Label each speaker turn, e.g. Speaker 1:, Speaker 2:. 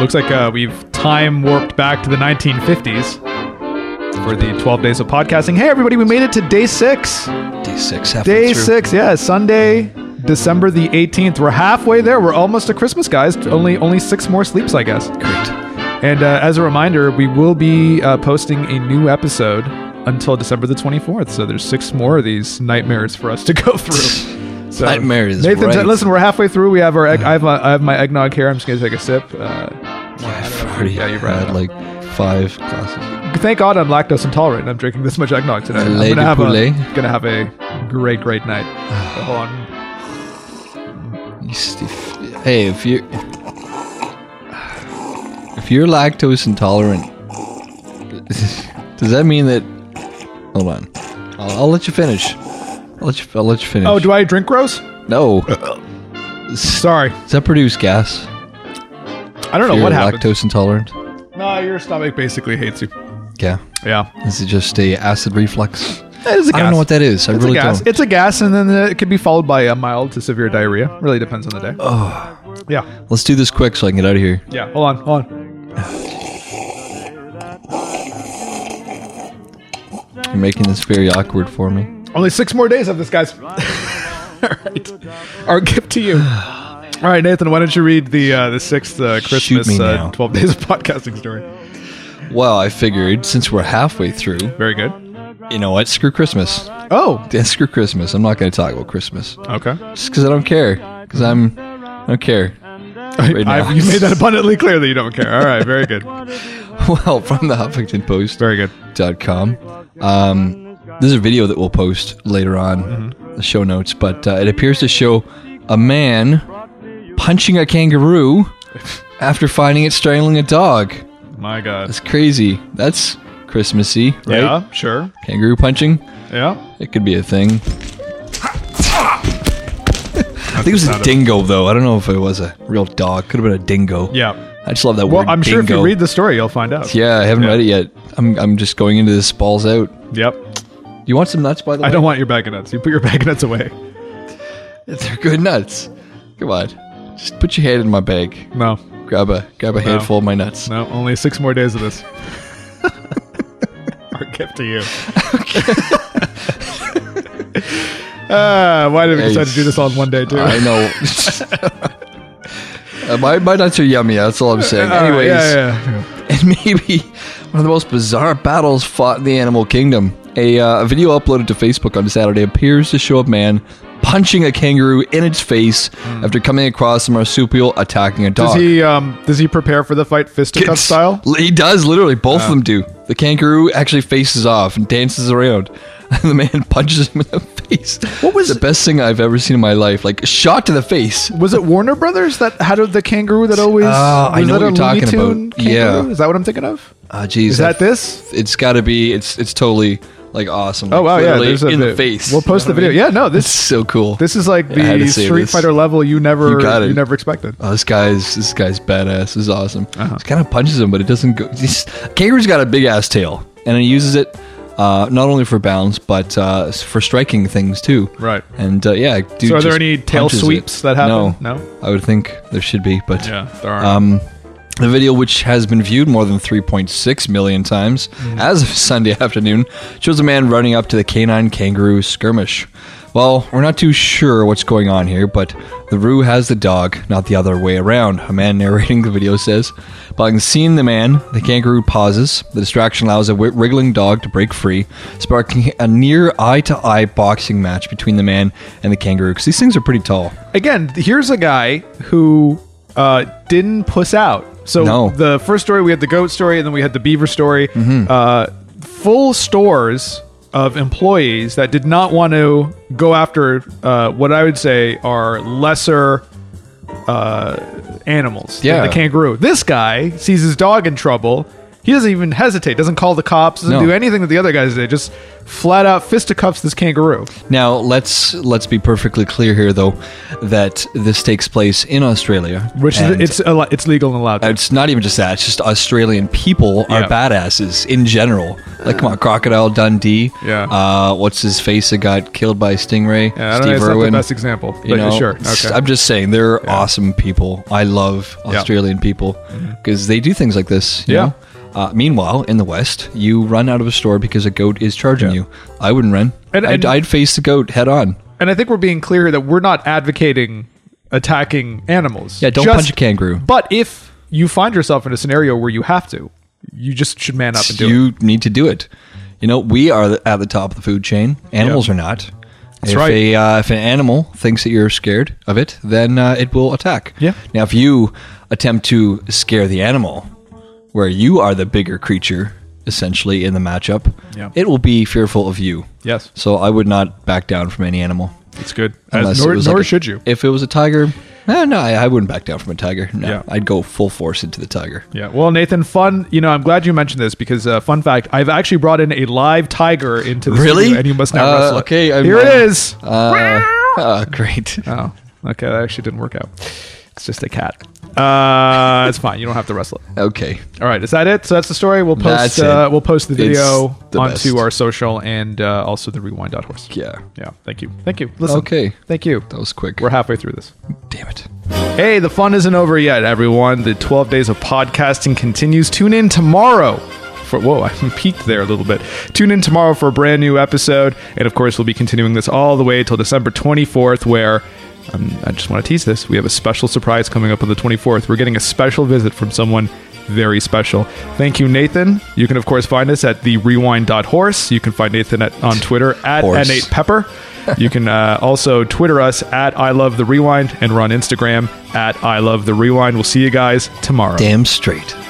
Speaker 1: looks like uh, we've time warped back to the 1950s for the 12 days of podcasting. Hey, everybody, we made it to day six.
Speaker 2: Day six. halfway
Speaker 1: Day
Speaker 2: through.
Speaker 1: six, yeah, Sunday, December the 18th. We're halfway there. We're almost to Christmas, guys. Only only six more sleeps, I guess.
Speaker 2: Great.
Speaker 1: And uh, as a reminder, we will be uh, posting a new episode until December the 24th. So there's six more of these nightmares for us to go through. So,
Speaker 2: Nightmare is
Speaker 1: Nathan,
Speaker 2: right.
Speaker 1: listen, we're halfway through. We have our egg, I, have my, I have my eggnog here. I'm just gonna take a sip. Uh,
Speaker 2: I've already
Speaker 1: Yeah, you're right.
Speaker 2: had like five glasses.
Speaker 1: thank God I'm lactose intolerant. I'm drinking this much eggnog tonight. I'm
Speaker 2: Lait
Speaker 1: gonna
Speaker 2: de
Speaker 1: have a
Speaker 2: poulet.
Speaker 1: gonna have a great great night. Hold on.
Speaker 2: You stiff. Hey, if you if you're lactose intolerant, does that mean that? Hold on. I'll, I'll let you finish. I'll let you. I'll let you finish.
Speaker 1: Oh, do I Uh, drink gross?
Speaker 2: no. Does
Speaker 1: Sorry,
Speaker 2: that produce gas?
Speaker 1: I don't know
Speaker 2: you're
Speaker 1: what happened.
Speaker 2: lactose intolerant.
Speaker 1: Nah, your stomach basically hates you.
Speaker 2: Yeah.
Speaker 1: Yeah,
Speaker 2: Is it just a acid reflux?
Speaker 1: it's a
Speaker 2: I don't know what that is. I
Speaker 1: It's
Speaker 2: really
Speaker 1: a gas.
Speaker 2: don't.
Speaker 1: It's a gas, and then uh, it could be followed by a mild to severe diarrhea. Really depends on the day. Oh, yeah,
Speaker 2: Let's do this quick so I can get out of here.
Speaker 1: yeah. Hold on, hold on.
Speaker 2: You're making this very awkward for me.
Speaker 1: Only six more days of this, guys. All right, our gift to you. All right, Nathan, why don't you read the uh, the sixth uh,
Speaker 2: me
Speaker 1: Christmas uh,
Speaker 2: now.
Speaker 1: twelve days of podcasting story?
Speaker 2: Well, I figured since we're halfway through,
Speaker 1: Very good.
Speaker 2: you know what? Screw Christmas.
Speaker 1: Oh,
Speaker 2: Yeah, screw Christmas. I'm not going to talk about Christmas
Speaker 1: okay.
Speaker 2: just because I don't care. Because I'm, I don't care. Right now.
Speaker 1: I, you made that abundantly clear that you don't care. All right, very good,
Speaker 2: well, from the Huffington Post.
Speaker 1: very good.
Speaker 2: com. Um, this is a video that we'll post later on the show notes, but uh, it appears to show a man punching a kangaroo after finding it strangling a dog.
Speaker 1: My God.
Speaker 2: That's crazy. That's Christmassy, right?
Speaker 1: Yeah, sure.
Speaker 2: Kangaroo punching.
Speaker 1: Yeah.
Speaker 2: It could be a thing. I think it was a
Speaker 1: sound of-
Speaker 2: dingo, though. I don't know if it was a real dog. Could have been a dingo.
Speaker 1: Yeah.
Speaker 2: I just love that
Speaker 1: Well,
Speaker 2: word.
Speaker 1: I'm sure if you
Speaker 2: dingo.
Speaker 1: read the story, you'll find out.
Speaker 2: Yeah, I haven't
Speaker 1: Yeah.
Speaker 2: read it yet. I'm, I'm just going into this balls out.
Speaker 1: Yep.
Speaker 2: You want some nuts, by the way?
Speaker 1: I don't want your bag of nuts. You put your bag of nuts away.
Speaker 2: They're good nuts. Come on, just put your hand in my bag.
Speaker 1: No,
Speaker 2: Grab a grab a handful of my nuts.
Speaker 1: no, only six more days of this. Our gift to you. uh, why did we
Speaker 2: Hey,
Speaker 1: decide to do this all in one day, too?
Speaker 2: I know. Uh, my, my nuts are yummy. That's all I'm saying.
Speaker 1: Uh, All right,
Speaker 2: Anyways,
Speaker 1: yeah, yeah, yeah.
Speaker 2: and maybe one of the most bizarre battles fought in the animal kingdom. A, uh, a video uploaded to Facebook on Saturday appears to show a man punching a kangaroo in its face after coming across a marsupial attacking a dog.
Speaker 1: Hmm. Does he um does he prepare for the fight fisticuff
Speaker 2: It's-
Speaker 1: style?
Speaker 2: He does literally. Both of them do. The kangaroo actually faces off and dances around. And the man punches him in the face. What was the best thing I've ever seen in my life? Like shot to the face.
Speaker 1: Was it Warner Brothers that had the kangaroo that always?
Speaker 2: Ah, I
Speaker 1: was
Speaker 2: know
Speaker 1: that
Speaker 2: what
Speaker 1: a
Speaker 2: you're
Speaker 1: Looney
Speaker 2: talking about.
Speaker 1: Tune
Speaker 2: Yeah.
Speaker 1: kangaroo? is that what I'm thinking of?
Speaker 2: Ah, jeez.
Speaker 1: Is that this?
Speaker 2: It's got to be. It's it's totally like awesome.
Speaker 1: Oh wow, yeah,
Speaker 2: Literally
Speaker 1: there's a
Speaker 2: in the
Speaker 1: vi-
Speaker 2: face.
Speaker 1: We'll post
Speaker 2: You know
Speaker 1: the
Speaker 2: what I
Speaker 1: video.
Speaker 2: mean?
Speaker 1: Yeah, no,
Speaker 2: It's
Speaker 1: this
Speaker 2: so cool.
Speaker 1: This is like
Speaker 2: I had
Speaker 1: the
Speaker 2: to say
Speaker 1: Street
Speaker 2: this.
Speaker 1: Fighter level you never
Speaker 2: You
Speaker 1: you,
Speaker 2: got it.
Speaker 1: never expected.
Speaker 2: Oh, this guy's this guy's badass. This is awesome.
Speaker 1: Uh-huh.
Speaker 2: This kind of punches him, but it doesn't go. He's, kangaroo's got a big ass tail, and he uses it uh, not only for bounce but uh, s- for striking things too.
Speaker 1: Right.
Speaker 2: And uh, yeah, dude.
Speaker 1: So are there
Speaker 2: just
Speaker 1: any tail
Speaker 2: punches it.
Speaker 1: sweeps that happen?
Speaker 2: No,
Speaker 1: No?
Speaker 2: I would think there should be, but
Speaker 1: there are.
Speaker 2: um, the video, which has been viewed more than 3.6 million times as of Sunday afternoon, shows a man running up to the canine kangaroo skirmish. Well, we're not too sure what's going on here, but the roo has the dog, not the other way around, a man narrating the video says. But having seen the man, the kangaroo pauses. The distraction allows a wi- wriggling dog to break free, sparking a near eye to eye boxing match between the man and the kangaroo, because these things are pretty tall.
Speaker 1: Again, here's a guy who uh, didn't puss out. So
Speaker 2: No. Mm-hmm.
Speaker 1: the first story we had the goat story, and then we had the beaver story. Uh, full stores of employees that did not want to go after uh, what I would say are lesser uh, animals. like
Speaker 2: Yeah.
Speaker 1: the kangaroo. This guy sees his dog in trouble. He doesn't even hesitate. Doesn't call the cops. Doesn't
Speaker 2: No.
Speaker 1: do anything that the other guys did. Just flat out fisticuffs this kangaroo.
Speaker 2: Now let's let's be perfectly clear here, though, that this takes place in Australia,
Speaker 1: Which is,
Speaker 2: and
Speaker 1: it's al- it's legal and allowed.
Speaker 2: it's not even just that; it's just Australian people are
Speaker 1: Yeah.
Speaker 2: badasses in general. Like, come on, Crocodile Dundee.
Speaker 1: Yeah.
Speaker 2: Uh, what's his face that got killed by a stingray?
Speaker 1: yeah, I don't know, it's not the best example, but
Speaker 2: You know,
Speaker 1: sure.
Speaker 2: s-
Speaker 1: Okay.
Speaker 2: I'm just saying they're awesome people. I love
Speaker 1: Yeah. Mm-hmm.
Speaker 2: Australian people because they do things like this. you
Speaker 1: Yeah.
Speaker 2: know? Uh, meanwhile, in the West, you run out of a store because a goat is charging you. I wouldn't run.
Speaker 1: And-
Speaker 2: I'd,
Speaker 1: and-
Speaker 2: I'd face the goat head on.
Speaker 1: and I think we're being clear here that we're not advocating attacking animals.
Speaker 2: Yeah, don't punch a kangaroo.
Speaker 1: But if you find yourself in a scenario where you have to, you just should man up and do it.
Speaker 2: you need to do it. You know, we are at the top of the food chain. Animals
Speaker 1: Yeah.
Speaker 2: are not. if
Speaker 1: right.
Speaker 2: A, uh, if an animal thinks that you're scared of it, then uh, it will attack.
Speaker 1: Yeah.
Speaker 2: Now, if you attempt to scare the animal, where you are the bigger creature, essentially in the matchup,
Speaker 1: Yeah.
Speaker 2: it will be fearful of you.
Speaker 1: Yes,
Speaker 2: So I would not back down from any animal.
Speaker 1: it's good.
Speaker 2: Unless
Speaker 1: As, nor
Speaker 2: it was
Speaker 1: nor
Speaker 2: like a-
Speaker 1: should you.
Speaker 2: If it was a tiger, eh, no, I, I wouldn't back down from a tiger. No,
Speaker 1: Yeah.
Speaker 2: I'd go full force into the tiger.
Speaker 1: Yeah. Well, Nathan, fun. You know, I'm glad you mentioned this because uh, fun fact: I've actually brought in a live tiger into the
Speaker 2: Really?
Speaker 1: studio and you must now
Speaker 2: Uh,
Speaker 1: wrestle. it.
Speaker 2: okay, I'm-
Speaker 1: here it
Speaker 2: I'm-
Speaker 1: is.
Speaker 2: Uh, uh, great.
Speaker 1: oh, okay. That actually didn't work out. It's just a cat. Uh, it's fine. You don't have to wrestle it.
Speaker 2: Okay.
Speaker 1: All right, is that it? So that's the story. We'll post.
Speaker 2: That's
Speaker 1: Uh,
Speaker 2: it.
Speaker 1: we'll post the
Speaker 2: It's
Speaker 1: video
Speaker 2: the
Speaker 1: onto
Speaker 2: best.
Speaker 1: our social and uh, also the rewind.horse.
Speaker 2: Yeah.
Speaker 1: Yeah. Thank you. Thank you. Listen.
Speaker 2: Okay.
Speaker 1: Thank you.
Speaker 2: That was quick.
Speaker 1: We're halfway through this.
Speaker 2: Damn it.
Speaker 1: Hey, the fun isn't over yet, everyone. The 12 days of podcasting continues. Tune in tomorrow. For, whoa, I peaked there a little bit. Tune in tomorrow for a brand new episode. And of course, we'll be continuing this all the way till December 24th, where um, I just want to tease this. We have a special surprise coming up on the 24th. We're getting a special visit from someone very special. Thank you, Nathan. You can, of course, find us at the rewind.horse. You can find Nathan at, on Twitter at
Speaker 2: Horse.
Speaker 1: N8 Pepper. You can uh, also Twitter us at I Love the Rewind and we're on Instagram at I Love the Rewind. We'll see you guys tomorrow.
Speaker 2: Damn straight.